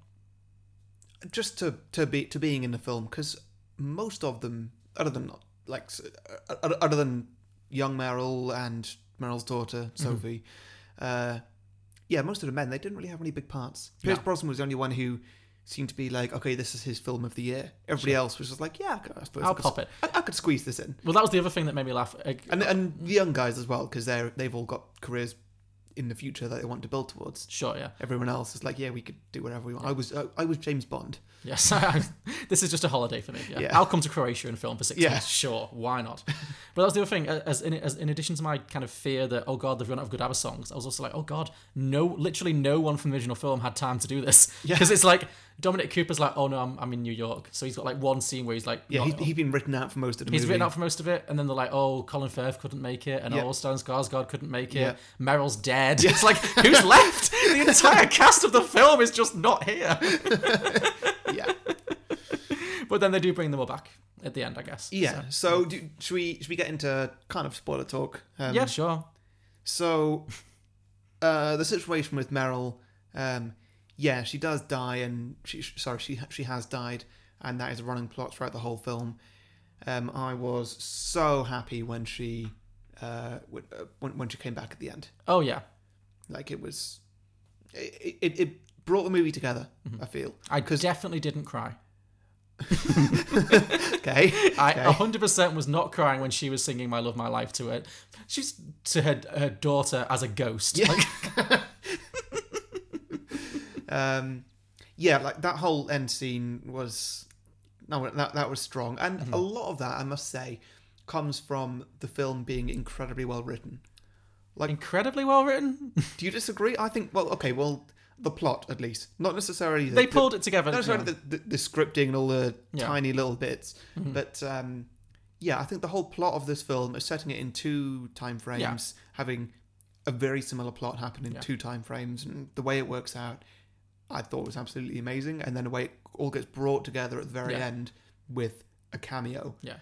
[SPEAKER 2] just to to be to being in the film because most of them, other than like s- uh, other than young Meryl and Meryl's daughter
[SPEAKER 3] Mm-hmm.
[SPEAKER 2] Sophie, uh, yeah, most of the men they didn't really have any big parts. Pierce
[SPEAKER 3] No.
[SPEAKER 2] Brosnan was the only one who seemed to be like, okay, this is his film of the year. Everybody else was just like, yeah, I suppose I
[SPEAKER 3] I'll
[SPEAKER 2] could-
[SPEAKER 3] pop it.
[SPEAKER 2] I, I could squeeze this in.
[SPEAKER 3] Well, that was the other thing that made me laugh. Uh,
[SPEAKER 2] and and the young guys as well because they're they've all got careers in the future that they want to build towards.
[SPEAKER 3] Sure, yeah,
[SPEAKER 2] Everyone else is like, yeah, we could do whatever we want. I was I, I was James Bond.
[SPEAKER 3] yes. this is just a holiday for me. Yeah.
[SPEAKER 2] Yeah.
[SPEAKER 3] I'll come to Croatia and film for six
[SPEAKER 2] Yeah.
[SPEAKER 3] months. Sure, why not? But that was the other thing. uh, As in, as in addition to my kind of fear that oh god, they've run out of good ABBA songs, I was also like oh god, no, literally no one from the original film had time to do this because it's like Dominic Cooper's like oh no, I'm, I'm in New York, so he's got like one scene where he's like
[SPEAKER 2] Yeah,
[SPEAKER 3] not-
[SPEAKER 2] he's, he's been written out for most of the
[SPEAKER 3] He's
[SPEAKER 2] movie.
[SPEAKER 3] written out for most of it, and then they're like, "Oh, Colin Firth couldn't make it, and
[SPEAKER 2] Yeah.
[SPEAKER 3] oh, Stellan Skarsgård couldn't make it.
[SPEAKER 2] Yeah.
[SPEAKER 3] Meryl's dead. It's like who's left? The entire cast of the film is just not here."
[SPEAKER 2] yeah,
[SPEAKER 3] But then they do bring them all back at the end, I guess.
[SPEAKER 2] yeah.
[SPEAKER 3] So-
[SPEAKER 2] So do, should we should we get into kind of spoiler talk? Um,
[SPEAKER 3] yeah, sure.
[SPEAKER 2] So uh, the situation with Meryl, um, yeah, she does die, and she sh- sorry she she has died, and that is a running plot throughout the whole film. Um, I was so happy when she uh, when, uh, when when she came back at the end.
[SPEAKER 3] Oh yeah,
[SPEAKER 2] Like it was, it it, it brought the movie together.
[SPEAKER 3] Mm-hmm.
[SPEAKER 2] I feel
[SPEAKER 3] I definitely didn't cry.
[SPEAKER 2] okay.
[SPEAKER 3] I
[SPEAKER 2] Okay.
[SPEAKER 3] 100 percent was not crying when she was singing "My Love, My Life" to her. She's to her her daughter as a ghost. Like,
[SPEAKER 2] um, yeah, like that whole end scene was no, that that was strong, and a lot of that I must say comes from the film being incredibly well written.
[SPEAKER 3] incredibly well written.
[SPEAKER 2] Do you disagree? I think well, okay, well, the plot at least, not necessarily the,
[SPEAKER 3] They
[SPEAKER 2] the-
[SPEAKER 3] pulled it together.
[SPEAKER 2] not
[SPEAKER 3] yeah.
[SPEAKER 2] necessarily the, the, the scripting and all the
[SPEAKER 3] Yeah. Mm-hmm.
[SPEAKER 2] tiny little bits, but um, yeah, I think the whole plot of this film is setting it in two time frames, having a very similar plot happen in
[SPEAKER 3] Yeah.
[SPEAKER 2] two time frames, and the way it works out, I thought was absolutely amazing. And then the way it all gets brought together at the very
[SPEAKER 3] Yeah.
[SPEAKER 2] end with a cameo
[SPEAKER 3] Yeah.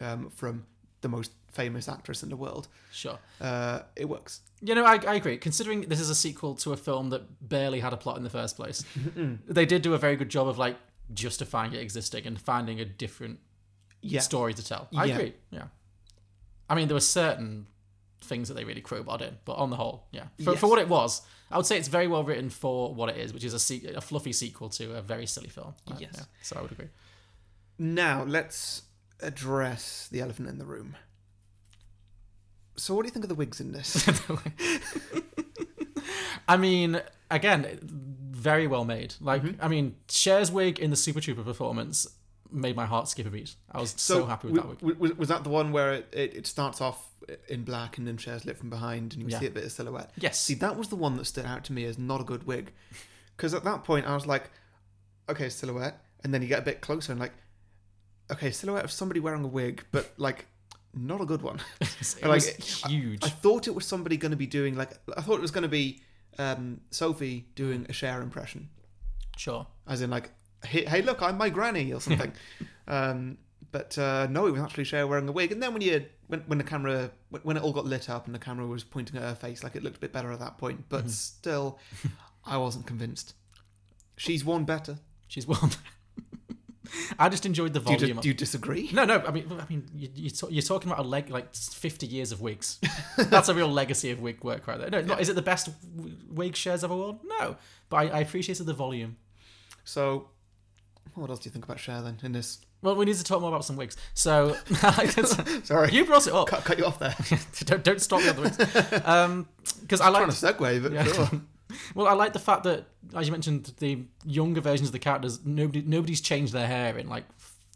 [SPEAKER 2] um, from the most famous actress in the world,
[SPEAKER 3] Sure.
[SPEAKER 2] uh, it works.
[SPEAKER 3] You know, I, I agree. Considering this is a sequel to a film that barely had a plot in the first place,
[SPEAKER 2] Mm-hmm.
[SPEAKER 3] they did do a very good job of like justifying it existing and finding a different
[SPEAKER 2] Yeah,
[SPEAKER 3] story to tell. I
[SPEAKER 2] Yeah.
[SPEAKER 3] agree. Yeah. I mean, there were certain things that they really crowbarred in, but on the whole, yeah. For,
[SPEAKER 2] Yes.
[SPEAKER 3] for what it was, I would say it's very well written for what it is, which is a, se- a fluffy sequel to a very silly film. Uh,
[SPEAKER 2] Yes.
[SPEAKER 3] yeah, so I would agree.
[SPEAKER 2] Now, let's address the elephant in the room. So, what do you think of the wigs in this?
[SPEAKER 3] I mean, again, very well made. Like,
[SPEAKER 2] Mm-hmm.
[SPEAKER 3] I mean, Cher's wig in the Super Trooper performance made my heart skip a beat. I was so, happy with that wig.
[SPEAKER 2] w- w- Was, was that the one where it, it, it starts off in black and then shares lit from behind and you
[SPEAKER 3] Yeah.
[SPEAKER 2] see a bit of silhouette?
[SPEAKER 3] Yes.
[SPEAKER 2] See, that was the one that stood out to me as not a good wig. Because at that point, I was like, okay, silhouette. And then you get a bit closer and like, okay, silhouette of somebody wearing a wig, but like, not a good one.
[SPEAKER 3] It
[SPEAKER 2] like,
[SPEAKER 3] was
[SPEAKER 2] I-
[SPEAKER 3] huge.
[SPEAKER 2] I thought it was somebody going to be doing like I thought it was going to be um, Sophie doing a share impression,
[SPEAKER 3] sure.
[SPEAKER 2] as in like, hey, hey look, I'm my granny or something. um, but uh, no, it was actually Cher wearing a wig. And then when you when, when the camera when, when it all got lit up and the camera was pointing at her face, like it looked a bit better at that point.
[SPEAKER 3] Mm-hmm.
[SPEAKER 2] But still, I wasn't convinced. She's worn better.
[SPEAKER 3] She's warm. I just enjoyed the
[SPEAKER 2] Do you,
[SPEAKER 3] volume.
[SPEAKER 2] di-
[SPEAKER 3] of-
[SPEAKER 2] do you disagree?
[SPEAKER 3] No, no. I mean, I mean, you, you talk, you're talking about a leg like fifty years of wigs. That's a real legacy of wig work right there. No, not, is it the best w- wig shares ever worn? No, but I, I appreciated the volume.
[SPEAKER 2] So, what else do you think about Cher then in this?
[SPEAKER 3] Well, we need to talk more about some wigs. So
[SPEAKER 2] Sorry,
[SPEAKER 3] you brought it up.
[SPEAKER 2] cut, cut you off there.
[SPEAKER 3] don't don't stop me on the wigs. Because I like
[SPEAKER 2] Trying to segue, but
[SPEAKER 3] Yeah.
[SPEAKER 2] sure.
[SPEAKER 3] Well, I like the fact that, as you mentioned, the younger versions of the characters nobody nobody's changed their hair in like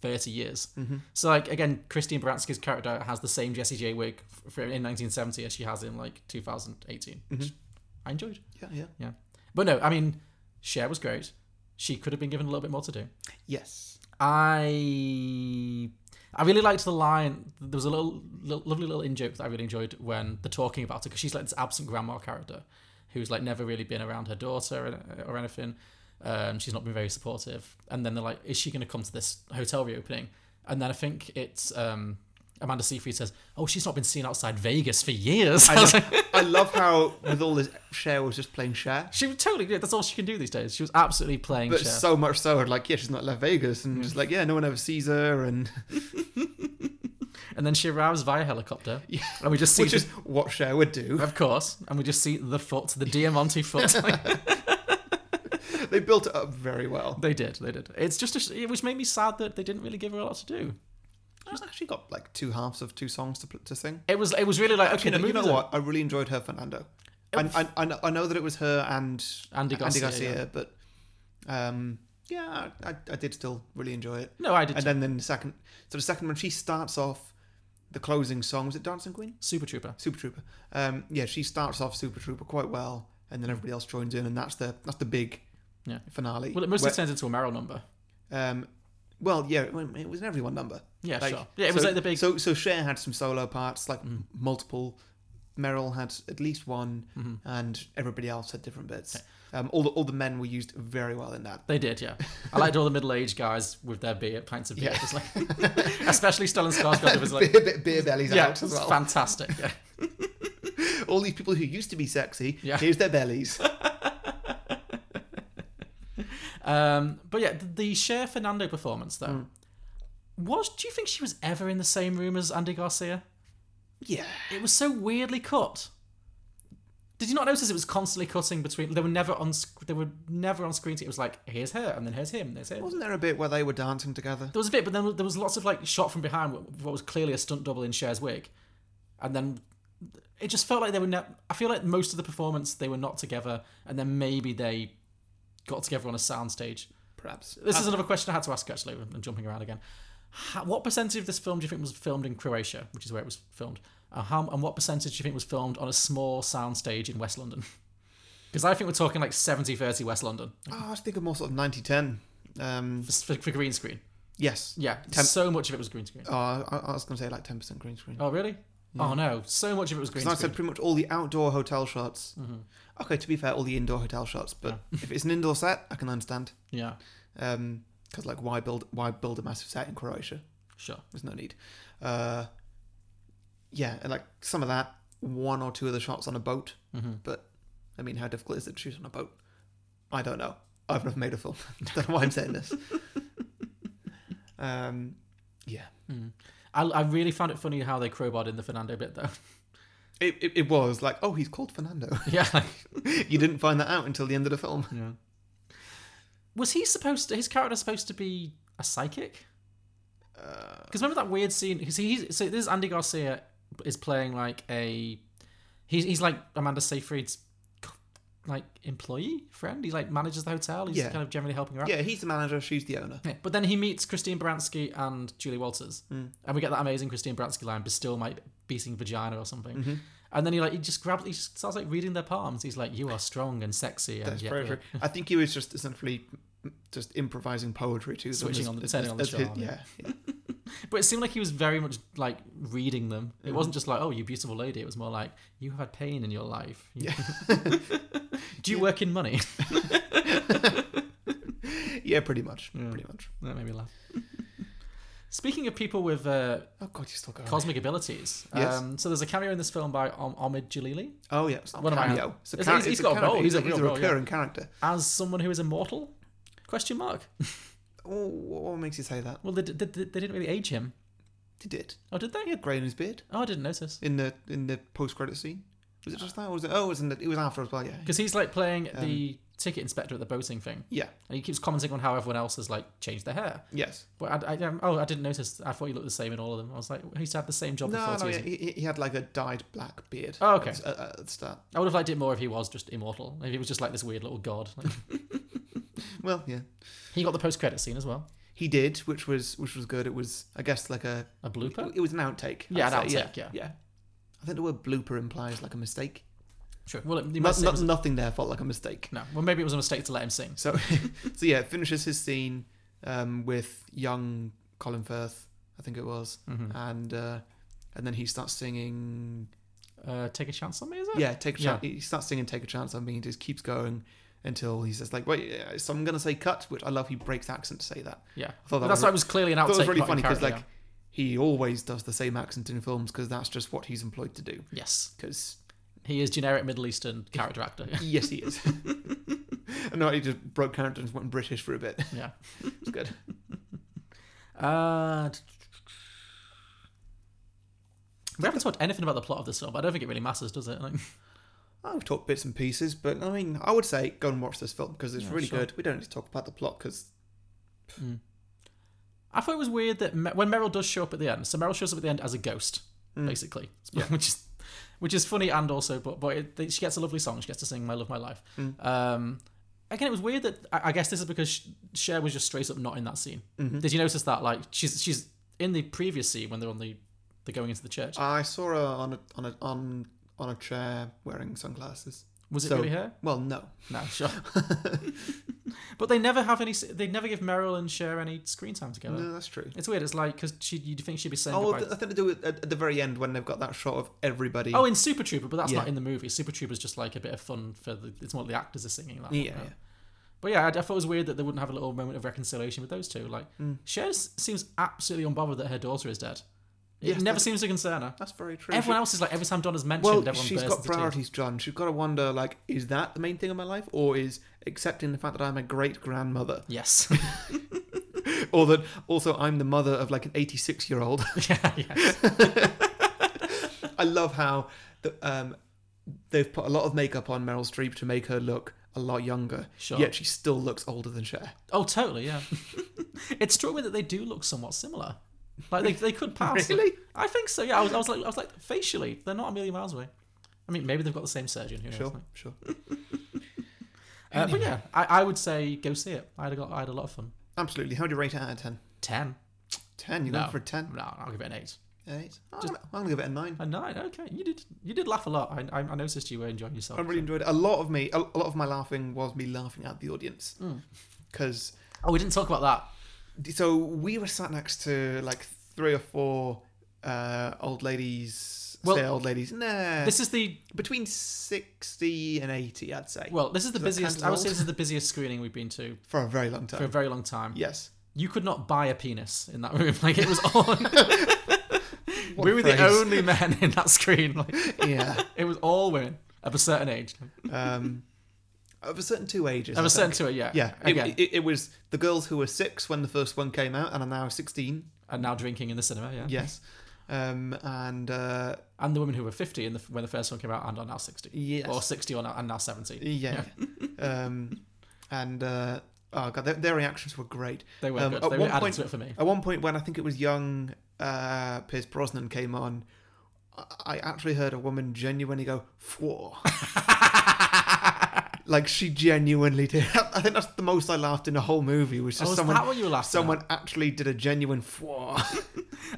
[SPEAKER 3] thirty years.
[SPEAKER 2] Mm-hmm.
[SPEAKER 3] So, like again, Christine Baranski's character has the same Jessie J wig f- for, in 1970 as she has in like 2018, which I enjoyed.
[SPEAKER 2] yeah, yeah,
[SPEAKER 3] Yeah, but no, I mean, Cher was great. She could have been given a little bit more to do.
[SPEAKER 2] yes.
[SPEAKER 3] I I really liked the line. There was a little, little lovely little in joke that I really enjoyed when they're talking about her because she's like this absent grandma character who's like never really been around her daughter or, or anything. Um, she's not been very supportive. And then they're like, "Is she going to come to this hotel reopening?" And then I think it's um, Amanda Seyfried says, "Oh, she's not been seen outside Vegas for years." I was like,
[SPEAKER 2] I love how with all this Cher was just playing Cher,
[SPEAKER 3] she totally did. That's all she can do these days. She was absolutely playing.
[SPEAKER 2] but
[SPEAKER 3] Cher.
[SPEAKER 2] so much so like yeah, she's not Las Vegas, and
[SPEAKER 3] Mm.
[SPEAKER 2] just like yeah, no one ever sees her, and
[SPEAKER 3] and then she arrives via helicopter, and we just see
[SPEAKER 2] which is what Cher would do.
[SPEAKER 3] Of course, and we just see the foot, the Diamante foot.
[SPEAKER 2] They built it up very well.
[SPEAKER 3] they did, they did. It's just, a, sh- which made me sad that they didn't really give her a lot to do.
[SPEAKER 2] She's actually got like two halves of two songs to pl- to sing.
[SPEAKER 3] It was, it was really like, okay,
[SPEAKER 2] You know,
[SPEAKER 3] the
[SPEAKER 2] you know
[SPEAKER 3] movie's- Oh,
[SPEAKER 2] what? I really enjoyed her Fernando. I, I, I, know, I know that it was her and
[SPEAKER 3] Andy Garcia, yeah.
[SPEAKER 2] but um, yeah, I, I did still really enjoy it.
[SPEAKER 3] No, I did.
[SPEAKER 2] And
[SPEAKER 3] too.
[SPEAKER 2] then then the second, so the second one, she starts off the closing song. Was it Dancing Queen?
[SPEAKER 3] Super Trooper.
[SPEAKER 2] Super Trooper. Um, yeah, she starts off Super Trooper quite well, and then everybody else joins in, and that's the that's the big
[SPEAKER 3] Yeah.
[SPEAKER 2] finale.
[SPEAKER 3] Well, it mostly
[SPEAKER 2] Where-
[SPEAKER 3] turns into a Meryl number.
[SPEAKER 2] um, well, yeah, it wa- it was an everyone number.
[SPEAKER 3] Yeah,
[SPEAKER 2] Like,
[SPEAKER 3] sure. Yeah, it was
[SPEAKER 2] so,
[SPEAKER 3] like the big.
[SPEAKER 2] So so Cher had some solo parts, like m multiple. Meryl had at least one,
[SPEAKER 3] Mm-hmm.
[SPEAKER 2] and everybody else had different bits. Um, all the all the men were used very well in that.
[SPEAKER 3] they did, yeah. I liked all the middle-aged guys with their beer, pints of beer,
[SPEAKER 2] Yeah.
[SPEAKER 3] just like, especially Stellan Skarsgård. It was like,
[SPEAKER 2] beer, beer- beer bellies
[SPEAKER 3] yeah,
[SPEAKER 2] out as well.
[SPEAKER 3] fantastic. Yeah.
[SPEAKER 2] All these people who used to be sexy,
[SPEAKER 3] Yeah.
[SPEAKER 2] here's their bellies.
[SPEAKER 3] Um, but yeah, the, the Cher Fernando performance though, was do you think she was ever in the same room as Andy Garcia?
[SPEAKER 2] yeah,
[SPEAKER 3] It was so weirdly cut. Did you not notice it was constantly cutting between? They were never on. sc- They were never on screen. It was like here's her, and then here's him, and there's him.
[SPEAKER 2] wasn't there a bit where they were dancing together?
[SPEAKER 3] There was a bit, but then there was lots of like shot from behind what what was clearly a stunt double in Cher's wig, and then it just felt like they were. Ne- I feel like most of the performance they were not together, and then maybe they got together on a soundstage.
[SPEAKER 2] Perhaps
[SPEAKER 3] This is another question I had to ask actually. I'm jumping around again. How, what percentage of this film do you think was filmed in Croatia, which is where it was filmed? Uh, how, and what percentage do you think was filmed on a small soundstage in West London? Because I think we're talking like 70 30 West London
[SPEAKER 2] Oh, I was thinking more sort of 90 10. Um,
[SPEAKER 3] for, for green screen.
[SPEAKER 2] yes. Uh,
[SPEAKER 3] Yeah,
[SPEAKER 2] Temp-
[SPEAKER 3] so much of it was green screen.
[SPEAKER 2] Oh, I, I was going to say like 10% green screen.
[SPEAKER 3] Oh, really? Oh no, so much of it was green
[SPEAKER 2] Because I
[SPEAKER 3] screen.
[SPEAKER 2] said pretty much all the outdoor hotel shots. Okay, to be fair, all the indoor hotel shots, but if it's an indoor set, I can understand.
[SPEAKER 3] yeah,
[SPEAKER 2] Because like, why build why build a massive set in Croatia?
[SPEAKER 3] sure.
[SPEAKER 2] There's no need. Uh, yeah, and like some of that, one or two of the shots on a boat.
[SPEAKER 3] Mm-hmm.
[SPEAKER 2] But I mean, how difficult is it to shoot on a boat? I don't know. I've never made a film. don't know why I'm saying this. um, yeah,
[SPEAKER 3] Mm-hmm. I, I really found it funny how they crowbarred in the Fernando bit though.
[SPEAKER 2] it, it it was like, oh, he's called Fernando.
[SPEAKER 3] yeah, like,
[SPEAKER 2] you didn't find that out until the end of the film.
[SPEAKER 3] yeah. Was he supposed to? His character supposed to be a psychic?
[SPEAKER 2] Uh,
[SPEAKER 3] Because remember that weird scene? Because he's so this is Andy Garcia is playing like a he's he's like Amanda Seyfried's like employee friend. He like manages the hotel. He's
[SPEAKER 2] Yeah.
[SPEAKER 3] kind of generally helping her out.
[SPEAKER 2] Yeah, he's the manager. She's the owner.
[SPEAKER 3] Yeah, But then he meets Christine Baranski and Julie Walters,
[SPEAKER 2] Hmm.
[SPEAKER 3] and we get that amazing Christine Baranski line, "But still, might beating vagina or something."
[SPEAKER 2] Mm-hmm.
[SPEAKER 3] And then he like he just grabs, he just starts like reading their palms. He's like, "You are strong and sexy," and
[SPEAKER 2] That's
[SPEAKER 3] yeah,
[SPEAKER 2] very
[SPEAKER 3] yeah.
[SPEAKER 2] true. I think he was just essentially just improvising poetry to them
[SPEAKER 3] Switching
[SPEAKER 2] as-
[SPEAKER 3] on the-
[SPEAKER 2] as-
[SPEAKER 3] turning on the
[SPEAKER 2] as his-
[SPEAKER 3] charm,
[SPEAKER 2] yeah,
[SPEAKER 3] yeah. But it seemed like he was very much like reading them.
[SPEAKER 2] Mm-hmm.
[SPEAKER 3] It wasn't just like, "Oh, you beautiful lady." It was more like, "You have had pain in your life." Yeah. Do you work in money?
[SPEAKER 2] yeah. yeah, pretty much, pretty much.
[SPEAKER 3] that made me laugh. Speaking of people with uh,
[SPEAKER 2] Oh god, you still going?
[SPEAKER 3] cosmic abilities,
[SPEAKER 2] Yes.
[SPEAKER 3] um, so there's a cameo in this film by Om- Omid Jalili
[SPEAKER 2] Oh yeah, it's not
[SPEAKER 3] One
[SPEAKER 2] a
[SPEAKER 3] of my-
[SPEAKER 2] cameo. It's a
[SPEAKER 3] It's-
[SPEAKER 2] char-
[SPEAKER 3] he's-
[SPEAKER 2] it's
[SPEAKER 3] he's got a
[SPEAKER 2] character.
[SPEAKER 3] role,
[SPEAKER 2] He's
[SPEAKER 3] he's
[SPEAKER 2] a,
[SPEAKER 3] a real role, yeah.
[SPEAKER 2] recurring character.
[SPEAKER 3] as someone who is immortal? Question mark.
[SPEAKER 2] Oh, what what makes you say that?
[SPEAKER 3] Well, they, they, they didn't really age him.
[SPEAKER 2] Did it?
[SPEAKER 3] Oh, did they?
[SPEAKER 2] He had grey in his beard
[SPEAKER 3] Oh, I didn't notice.
[SPEAKER 2] in the in the post credit scene. Was it just that? Or was it? Oh, it was, in the, it was after as well. Yeah,
[SPEAKER 3] Because he's like playing the ticket inspector at the boating thing,
[SPEAKER 2] Um, yeah,
[SPEAKER 3] and he keeps commenting on how everyone else has like changed their hair.
[SPEAKER 2] yes.
[SPEAKER 3] But I, I, um, oh, I didn't notice. I thought he looked the same in all of them. I was like, he used to have the same job for
[SPEAKER 2] No,
[SPEAKER 3] forty
[SPEAKER 2] no,
[SPEAKER 3] years.
[SPEAKER 2] yeah, he, he- he had like a dyed black beard.
[SPEAKER 3] Oh, okay.
[SPEAKER 2] At, at, at the start.
[SPEAKER 3] I would have liked it more if he was just immortal. If he was just like this weird little god. Like,
[SPEAKER 2] Well, yeah,
[SPEAKER 3] he got the post credit scene as well.
[SPEAKER 2] he did, which was which was good. It was, I guess, like a
[SPEAKER 3] A blooper.
[SPEAKER 2] It was an outtake.
[SPEAKER 3] Yeah,
[SPEAKER 2] I'd
[SPEAKER 3] an
[SPEAKER 2] say,
[SPEAKER 3] outtake, yeah.
[SPEAKER 2] yeah. I think the word blooper implies like a mistake.
[SPEAKER 3] Sure. Well, it, you
[SPEAKER 2] Not,
[SPEAKER 3] must say it
[SPEAKER 2] not,
[SPEAKER 3] was-
[SPEAKER 2] nothing there felt like a mistake.
[SPEAKER 3] no. Well, maybe it was a mistake to let him sing.
[SPEAKER 2] So, so yeah, it finishes his scene um, with young Colin Firth, I think it was,
[SPEAKER 3] Mm-hmm.
[SPEAKER 2] and uh, and then he starts singing.
[SPEAKER 3] Uh, take a chance on me, is it?
[SPEAKER 2] Yeah, take a
[SPEAKER 3] Yeah.
[SPEAKER 2] chance. He starts singing "Take a Chance on Me" and just keeps going until he says like, "Wait, yeah, so I'm gonna say cut," which I love. He breaks the accent to say that.
[SPEAKER 3] Yeah.
[SPEAKER 2] thought that
[SPEAKER 3] But that's
[SPEAKER 2] was-
[SPEAKER 3] why it was clearly an outtake.
[SPEAKER 2] I thought it was really
[SPEAKER 3] not
[SPEAKER 2] funny
[SPEAKER 3] in
[SPEAKER 2] because like
[SPEAKER 3] character,
[SPEAKER 2] he always does the same accent in films because that's just what he's employed to do.
[SPEAKER 3] yeah. yes,
[SPEAKER 2] Because
[SPEAKER 3] he is generic Middle Eastern character actor. Yeah.
[SPEAKER 2] Yes, he is. no, he just broke character and went British for a bit.
[SPEAKER 3] yeah.
[SPEAKER 2] It's good.
[SPEAKER 3] Uh, we haven't talked anything about the plot of this film. but I don't think it really matters, does it? Like,
[SPEAKER 2] I've talked bits and pieces, but I mean, I would say go and watch this film because it's
[SPEAKER 3] Yeah,
[SPEAKER 2] really
[SPEAKER 3] sure.
[SPEAKER 2] good. We don't need to talk about the plot because
[SPEAKER 3] I thought it was weird that Me- when Meryl does show up at the end, so Meryl shows up at the end as a ghost,
[SPEAKER 2] Mm.
[SPEAKER 3] basically, which is which is funny and also, but but it, she gets a lovely song. She gets to sing "My Love, My Life."
[SPEAKER 2] Mm.
[SPEAKER 3] Um, again, it was weird that I, I guess this is because Sh- Cher was just straight up not in that scene.
[SPEAKER 2] Mm-hmm.
[SPEAKER 3] Did you notice that? Like she's she's in the previous scene when they're on the they're going into the church.
[SPEAKER 2] I saw her on a on a on on a chair wearing sunglasses.
[SPEAKER 3] was it
[SPEAKER 2] so-
[SPEAKER 3] really her?
[SPEAKER 2] Well, no,
[SPEAKER 3] No, sure. but they never have any. They never give Meryl and Cher any screen time together.
[SPEAKER 2] no, that's true.
[SPEAKER 3] It's weird. It's like because she you'd think she'd be saying
[SPEAKER 2] Oh,
[SPEAKER 3] goodbye.
[SPEAKER 2] I think they do it at, at the very end when they've got that shot of everybody.
[SPEAKER 3] Oh, in Super Trooper, but that's
[SPEAKER 2] Yeah.
[SPEAKER 3] not in the movie. Super Trooper's just like a bit of fun for the. It's more the actors are singing that.
[SPEAKER 2] yeah,
[SPEAKER 3] right?
[SPEAKER 2] yeah.
[SPEAKER 3] But yeah, I, I thought it was weird that they wouldn't have a little moment of reconciliation with those two. Like,
[SPEAKER 2] Hmm.
[SPEAKER 3] Cher s- seems absolutely unbothered that her daughter is dead. It
[SPEAKER 2] Yes,
[SPEAKER 3] never
[SPEAKER 2] that's-
[SPEAKER 3] seems to concern her.
[SPEAKER 2] that's very true.
[SPEAKER 3] Everyone else is like, every time Donna's mentioned,
[SPEAKER 2] Well,
[SPEAKER 3] everyone
[SPEAKER 2] she's
[SPEAKER 3] bursts
[SPEAKER 2] got
[SPEAKER 3] into tears.
[SPEAKER 2] priorities, John. She's got to wonder, like, is that the main thing in my life, or is accepting the fact that I'm a great grandmother,
[SPEAKER 3] Yes.
[SPEAKER 2] or that also I'm the mother of like an 86 year old?
[SPEAKER 3] yeah, yes.
[SPEAKER 2] I love how the, um, they've put a lot of makeup on Meryl Streep to make her look a lot younger,
[SPEAKER 3] Sure.
[SPEAKER 2] yet she still looks older than Cher.
[SPEAKER 3] Oh, totally, yeah. it struck me that they do look somewhat similar. Like, they, they could pass.
[SPEAKER 2] Really?
[SPEAKER 3] I think so, yeah. I was, I was like, I was like, facially, they're not a million miles away. I mean, maybe they've got the same surgeon. Who knows?
[SPEAKER 2] Sure,
[SPEAKER 3] like-
[SPEAKER 2] sure.
[SPEAKER 3] Uh, but yeah, I, I would say go see it. I had, a, I had a lot of fun.
[SPEAKER 2] Absolutely. How do you rate it out of 10?
[SPEAKER 3] 10.
[SPEAKER 2] 10? You're
[SPEAKER 3] No.
[SPEAKER 2] going for a 10?
[SPEAKER 3] No, I'll give it an 8.
[SPEAKER 2] 8? I'm going to give it a 9.
[SPEAKER 3] A 9, okay. You did you did laugh a lot. I, I I noticed you were enjoying yourself.
[SPEAKER 2] I really enjoyed it. A lot of me, a, a lot of my laughing was me laughing at the audience.
[SPEAKER 3] Hmm.
[SPEAKER 2] Because,
[SPEAKER 3] oh, we didn't talk about that.
[SPEAKER 2] so we were sat next to like three or four uh, old ladies
[SPEAKER 3] Well-
[SPEAKER 2] say old ladies. Nah,
[SPEAKER 3] This is the
[SPEAKER 2] between sixty and eighty, I'd say,
[SPEAKER 3] well. This is the
[SPEAKER 2] Does that
[SPEAKER 3] busiest.
[SPEAKER 2] count as
[SPEAKER 3] I would say
[SPEAKER 2] old?
[SPEAKER 3] this is the busiest screening we've been to
[SPEAKER 2] for a very long time.
[SPEAKER 3] for a very long time.
[SPEAKER 2] yes,
[SPEAKER 3] You could not buy a penis in that room. Like it was all. we
[SPEAKER 2] a
[SPEAKER 3] were
[SPEAKER 2] phrase.
[SPEAKER 3] the only men in that screen. Like
[SPEAKER 2] yeah,
[SPEAKER 3] it was all women of a certain age,
[SPEAKER 2] um, of a certain two ages.
[SPEAKER 3] of
[SPEAKER 2] I
[SPEAKER 3] a certain
[SPEAKER 2] think.
[SPEAKER 3] to it. Yeah.
[SPEAKER 2] Yeah, it,
[SPEAKER 3] Again,
[SPEAKER 2] it, it was the girls who were six when the first one came out and are now sixteen.
[SPEAKER 3] and now drinking in the cinema. Yeah.
[SPEAKER 2] Yes, um, and uh,
[SPEAKER 3] And the women who were fifty in the, when the first one came out and are now sixty.
[SPEAKER 2] Yes.
[SPEAKER 3] Or sixty or now, and now seventy.
[SPEAKER 2] yeah, um, and uh, oh god, their, their reactions were great.
[SPEAKER 3] They were
[SPEAKER 2] Um,
[SPEAKER 3] good.
[SPEAKER 2] at
[SPEAKER 3] They were
[SPEAKER 2] one
[SPEAKER 3] added
[SPEAKER 2] point-
[SPEAKER 3] to it for me.
[SPEAKER 2] At one point, when I think it was young uh, Pierce Brosnan came on, I- I actually heard a woman genuinely go "Fwah." like she genuinely did. I think that's the most I laughed in the whole movie. Was just
[SPEAKER 3] Oh, is
[SPEAKER 2] someone
[SPEAKER 3] that what you were laughing
[SPEAKER 2] someone actually did a genuine "Fwah."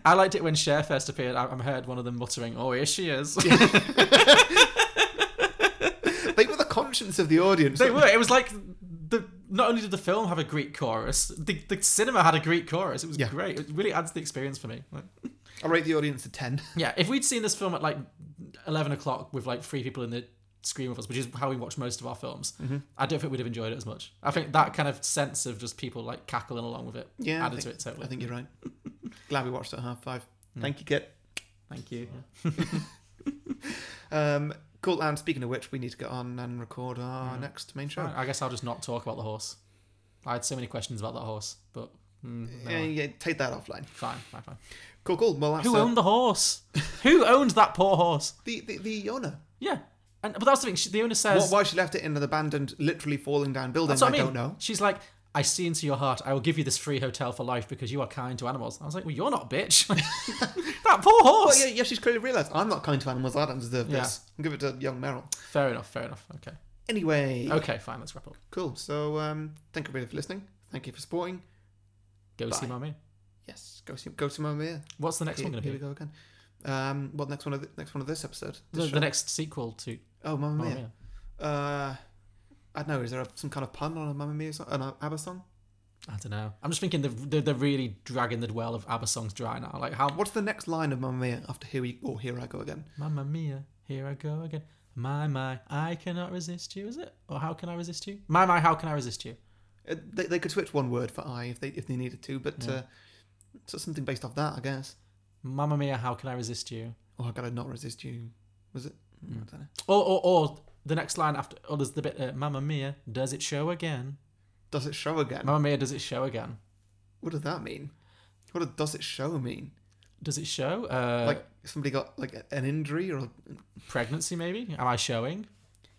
[SPEAKER 3] I liked it when Cher first appeared. I, I heard one of them muttering, "Oh, here she is."
[SPEAKER 2] they were the conscience of the audience.
[SPEAKER 3] they were. It was like the not only did the film have a Greek chorus, the, the cinema had a Greek chorus. It was
[SPEAKER 2] Yeah.
[SPEAKER 3] great. It really adds to the experience for me. Like-
[SPEAKER 2] I rate the audience a ten.
[SPEAKER 3] yeah, if we'd seen this film at like eleven o'clock with like three people in the screen with us, which is how we watch most of our films, I don't think we'd have enjoyed it as much. I think that kind of sense of just people like cackling along with it
[SPEAKER 2] Yeah, I think-
[SPEAKER 3] added to it totally.
[SPEAKER 2] I think you're right. Glad we watched it at half five. Thank you, Kit.
[SPEAKER 3] Thank you. Yeah.
[SPEAKER 2] Um, cool. And speaking of which, we need to get on and record our
[SPEAKER 3] Mm-hmm.
[SPEAKER 2] next main show.
[SPEAKER 3] Right, I guess I'll just not talk about the horse. I had so many questions about that horse, but mm, no.
[SPEAKER 2] Yeah, yeah, take that offline.
[SPEAKER 3] fine, fine, fine.
[SPEAKER 2] Cool, cool. Well, that's
[SPEAKER 3] Who
[SPEAKER 2] uh,
[SPEAKER 3] owned the horse? Who owned that poor horse?
[SPEAKER 2] the the, the owner.
[SPEAKER 3] Yeah, and but that's the thing. She, the owner says,
[SPEAKER 2] What, why she left it in an abandoned, literally falling down building?
[SPEAKER 3] That's what
[SPEAKER 2] I,
[SPEAKER 3] I
[SPEAKER 2] don't
[SPEAKER 3] mean.
[SPEAKER 2] know.
[SPEAKER 3] She's like, I see into your heart. I will give you this free hotel for life because you are kind to animals. I was like, well, you're not, bitch. that poor
[SPEAKER 2] But
[SPEAKER 3] horse.
[SPEAKER 2] Oh, yeah, yeah, she's clearly realised I'm not kind to animals. I don't deserve
[SPEAKER 3] Yeah.
[SPEAKER 2] this. I'll give it to young Merrill.
[SPEAKER 3] Fair enough. Fair enough. Okay.
[SPEAKER 2] Anyway,
[SPEAKER 3] Okay. Fine. Let's wrap up.
[SPEAKER 2] cool. So um, thank you everybody for listening. Thank you for supporting.
[SPEAKER 3] Go see
[SPEAKER 2] Bye.
[SPEAKER 3] Mamma. Mia.
[SPEAKER 2] Yes, go see go see Mamma Mia.
[SPEAKER 3] What's the next
[SPEAKER 2] Here,
[SPEAKER 3] one going to
[SPEAKER 2] here
[SPEAKER 3] be?
[SPEAKER 2] we go again. Um, what next one? Of the, next one of this episode? This
[SPEAKER 3] The,
[SPEAKER 2] show?
[SPEAKER 3] the next sequel to
[SPEAKER 2] oh, Mamma
[SPEAKER 3] Mamma
[SPEAKER 2] Mia.
[SPEAKER 3] Mia.
[SPEAKER 2] Uh, I don't know. Is there a, some kind of pun on a Mamma Mia song? An ABBA song?
[SPEAKER 3] I don't know. I'm just thinking they're, they're, they're really dragging the well of ABBA songs dry now. Like how
[SPEAKER 2] What's the next line of Mamma Mia after Here We or Here I Go Again?
[SPEAKER 3] Mamma Mia, here I go again. My my, I cannot resist you. Is it? Or how can I resist you? My my, how can I resist you?
[SPEAKER 2] Uh, they, they could switch one word for I if they if they needed to, but
[SPEAKER 3] Yeah.
[SPEAKER 2] uh, so something based off that, I guess.
[SPEAKER 3] Mamma Mia, how can I resist you?
[SPEAKER 2] Oh, I gotta not resist you. Was it?
[SPEAKER 3] Hmm.
[SPEAKER 2] Mm, I don't know.
[SPEAKER 3] Or, or, or the next line after, or there's the bit, uh, Mamma Mia, does it show again?
[SPEAKER 2] Does it show again?
[SPEAKER 3] Mamma Mia, does it show again?
[SPEAKER 2] What does that mean? What does- does it show mean?
[SPEAKER 3] Does it show? Uh,
[SPEAKER 2] like somebody got like a- an injury or?
[SPEAKER 3] pregnancy, maybe? Am I showing?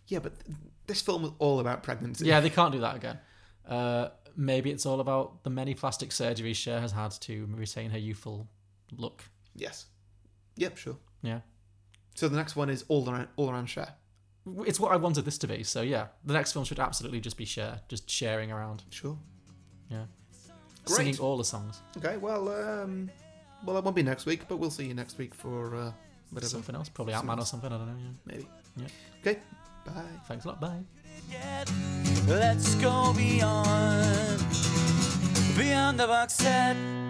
[SPEAKER 2] Yeah, but th- this film was all about pregnancy.
[SPEAKER 3] Yeah, they can't do that again. Uh, maybe it's all about the many plastic surgeries Cher has had to retain her youthful look.
[SPEAKER 2] Yes. Yep. Sure.
[SPEAKER 3] Yeah.
[SPEAKER 2] So the next one is all around all around share.
[SPEAKER 3] It's what I wanted this to be, so yeah. The next film should absolutely just be Cher, just sharing around,
[SPEAKER 2] Sure. Great.
[SPEAKER 3] singing all the songs.
[SPEAKER 2] Okay. Well. um Well, it won't be next week, but we'll see you next week for uh, whatever.
[SPEAKER 3] Something else, probably Ant Man or something, I don't know. Yeah.
[SPEAKER 2] Maybe.
[SPEAKER 3] Yeah.
[SPEAKER 2] Okay. Bye.
[SPEAKER 3] Thanks a lot, bye.
[SPEAKER 1] yet. Let's go beyond, beyond the box set.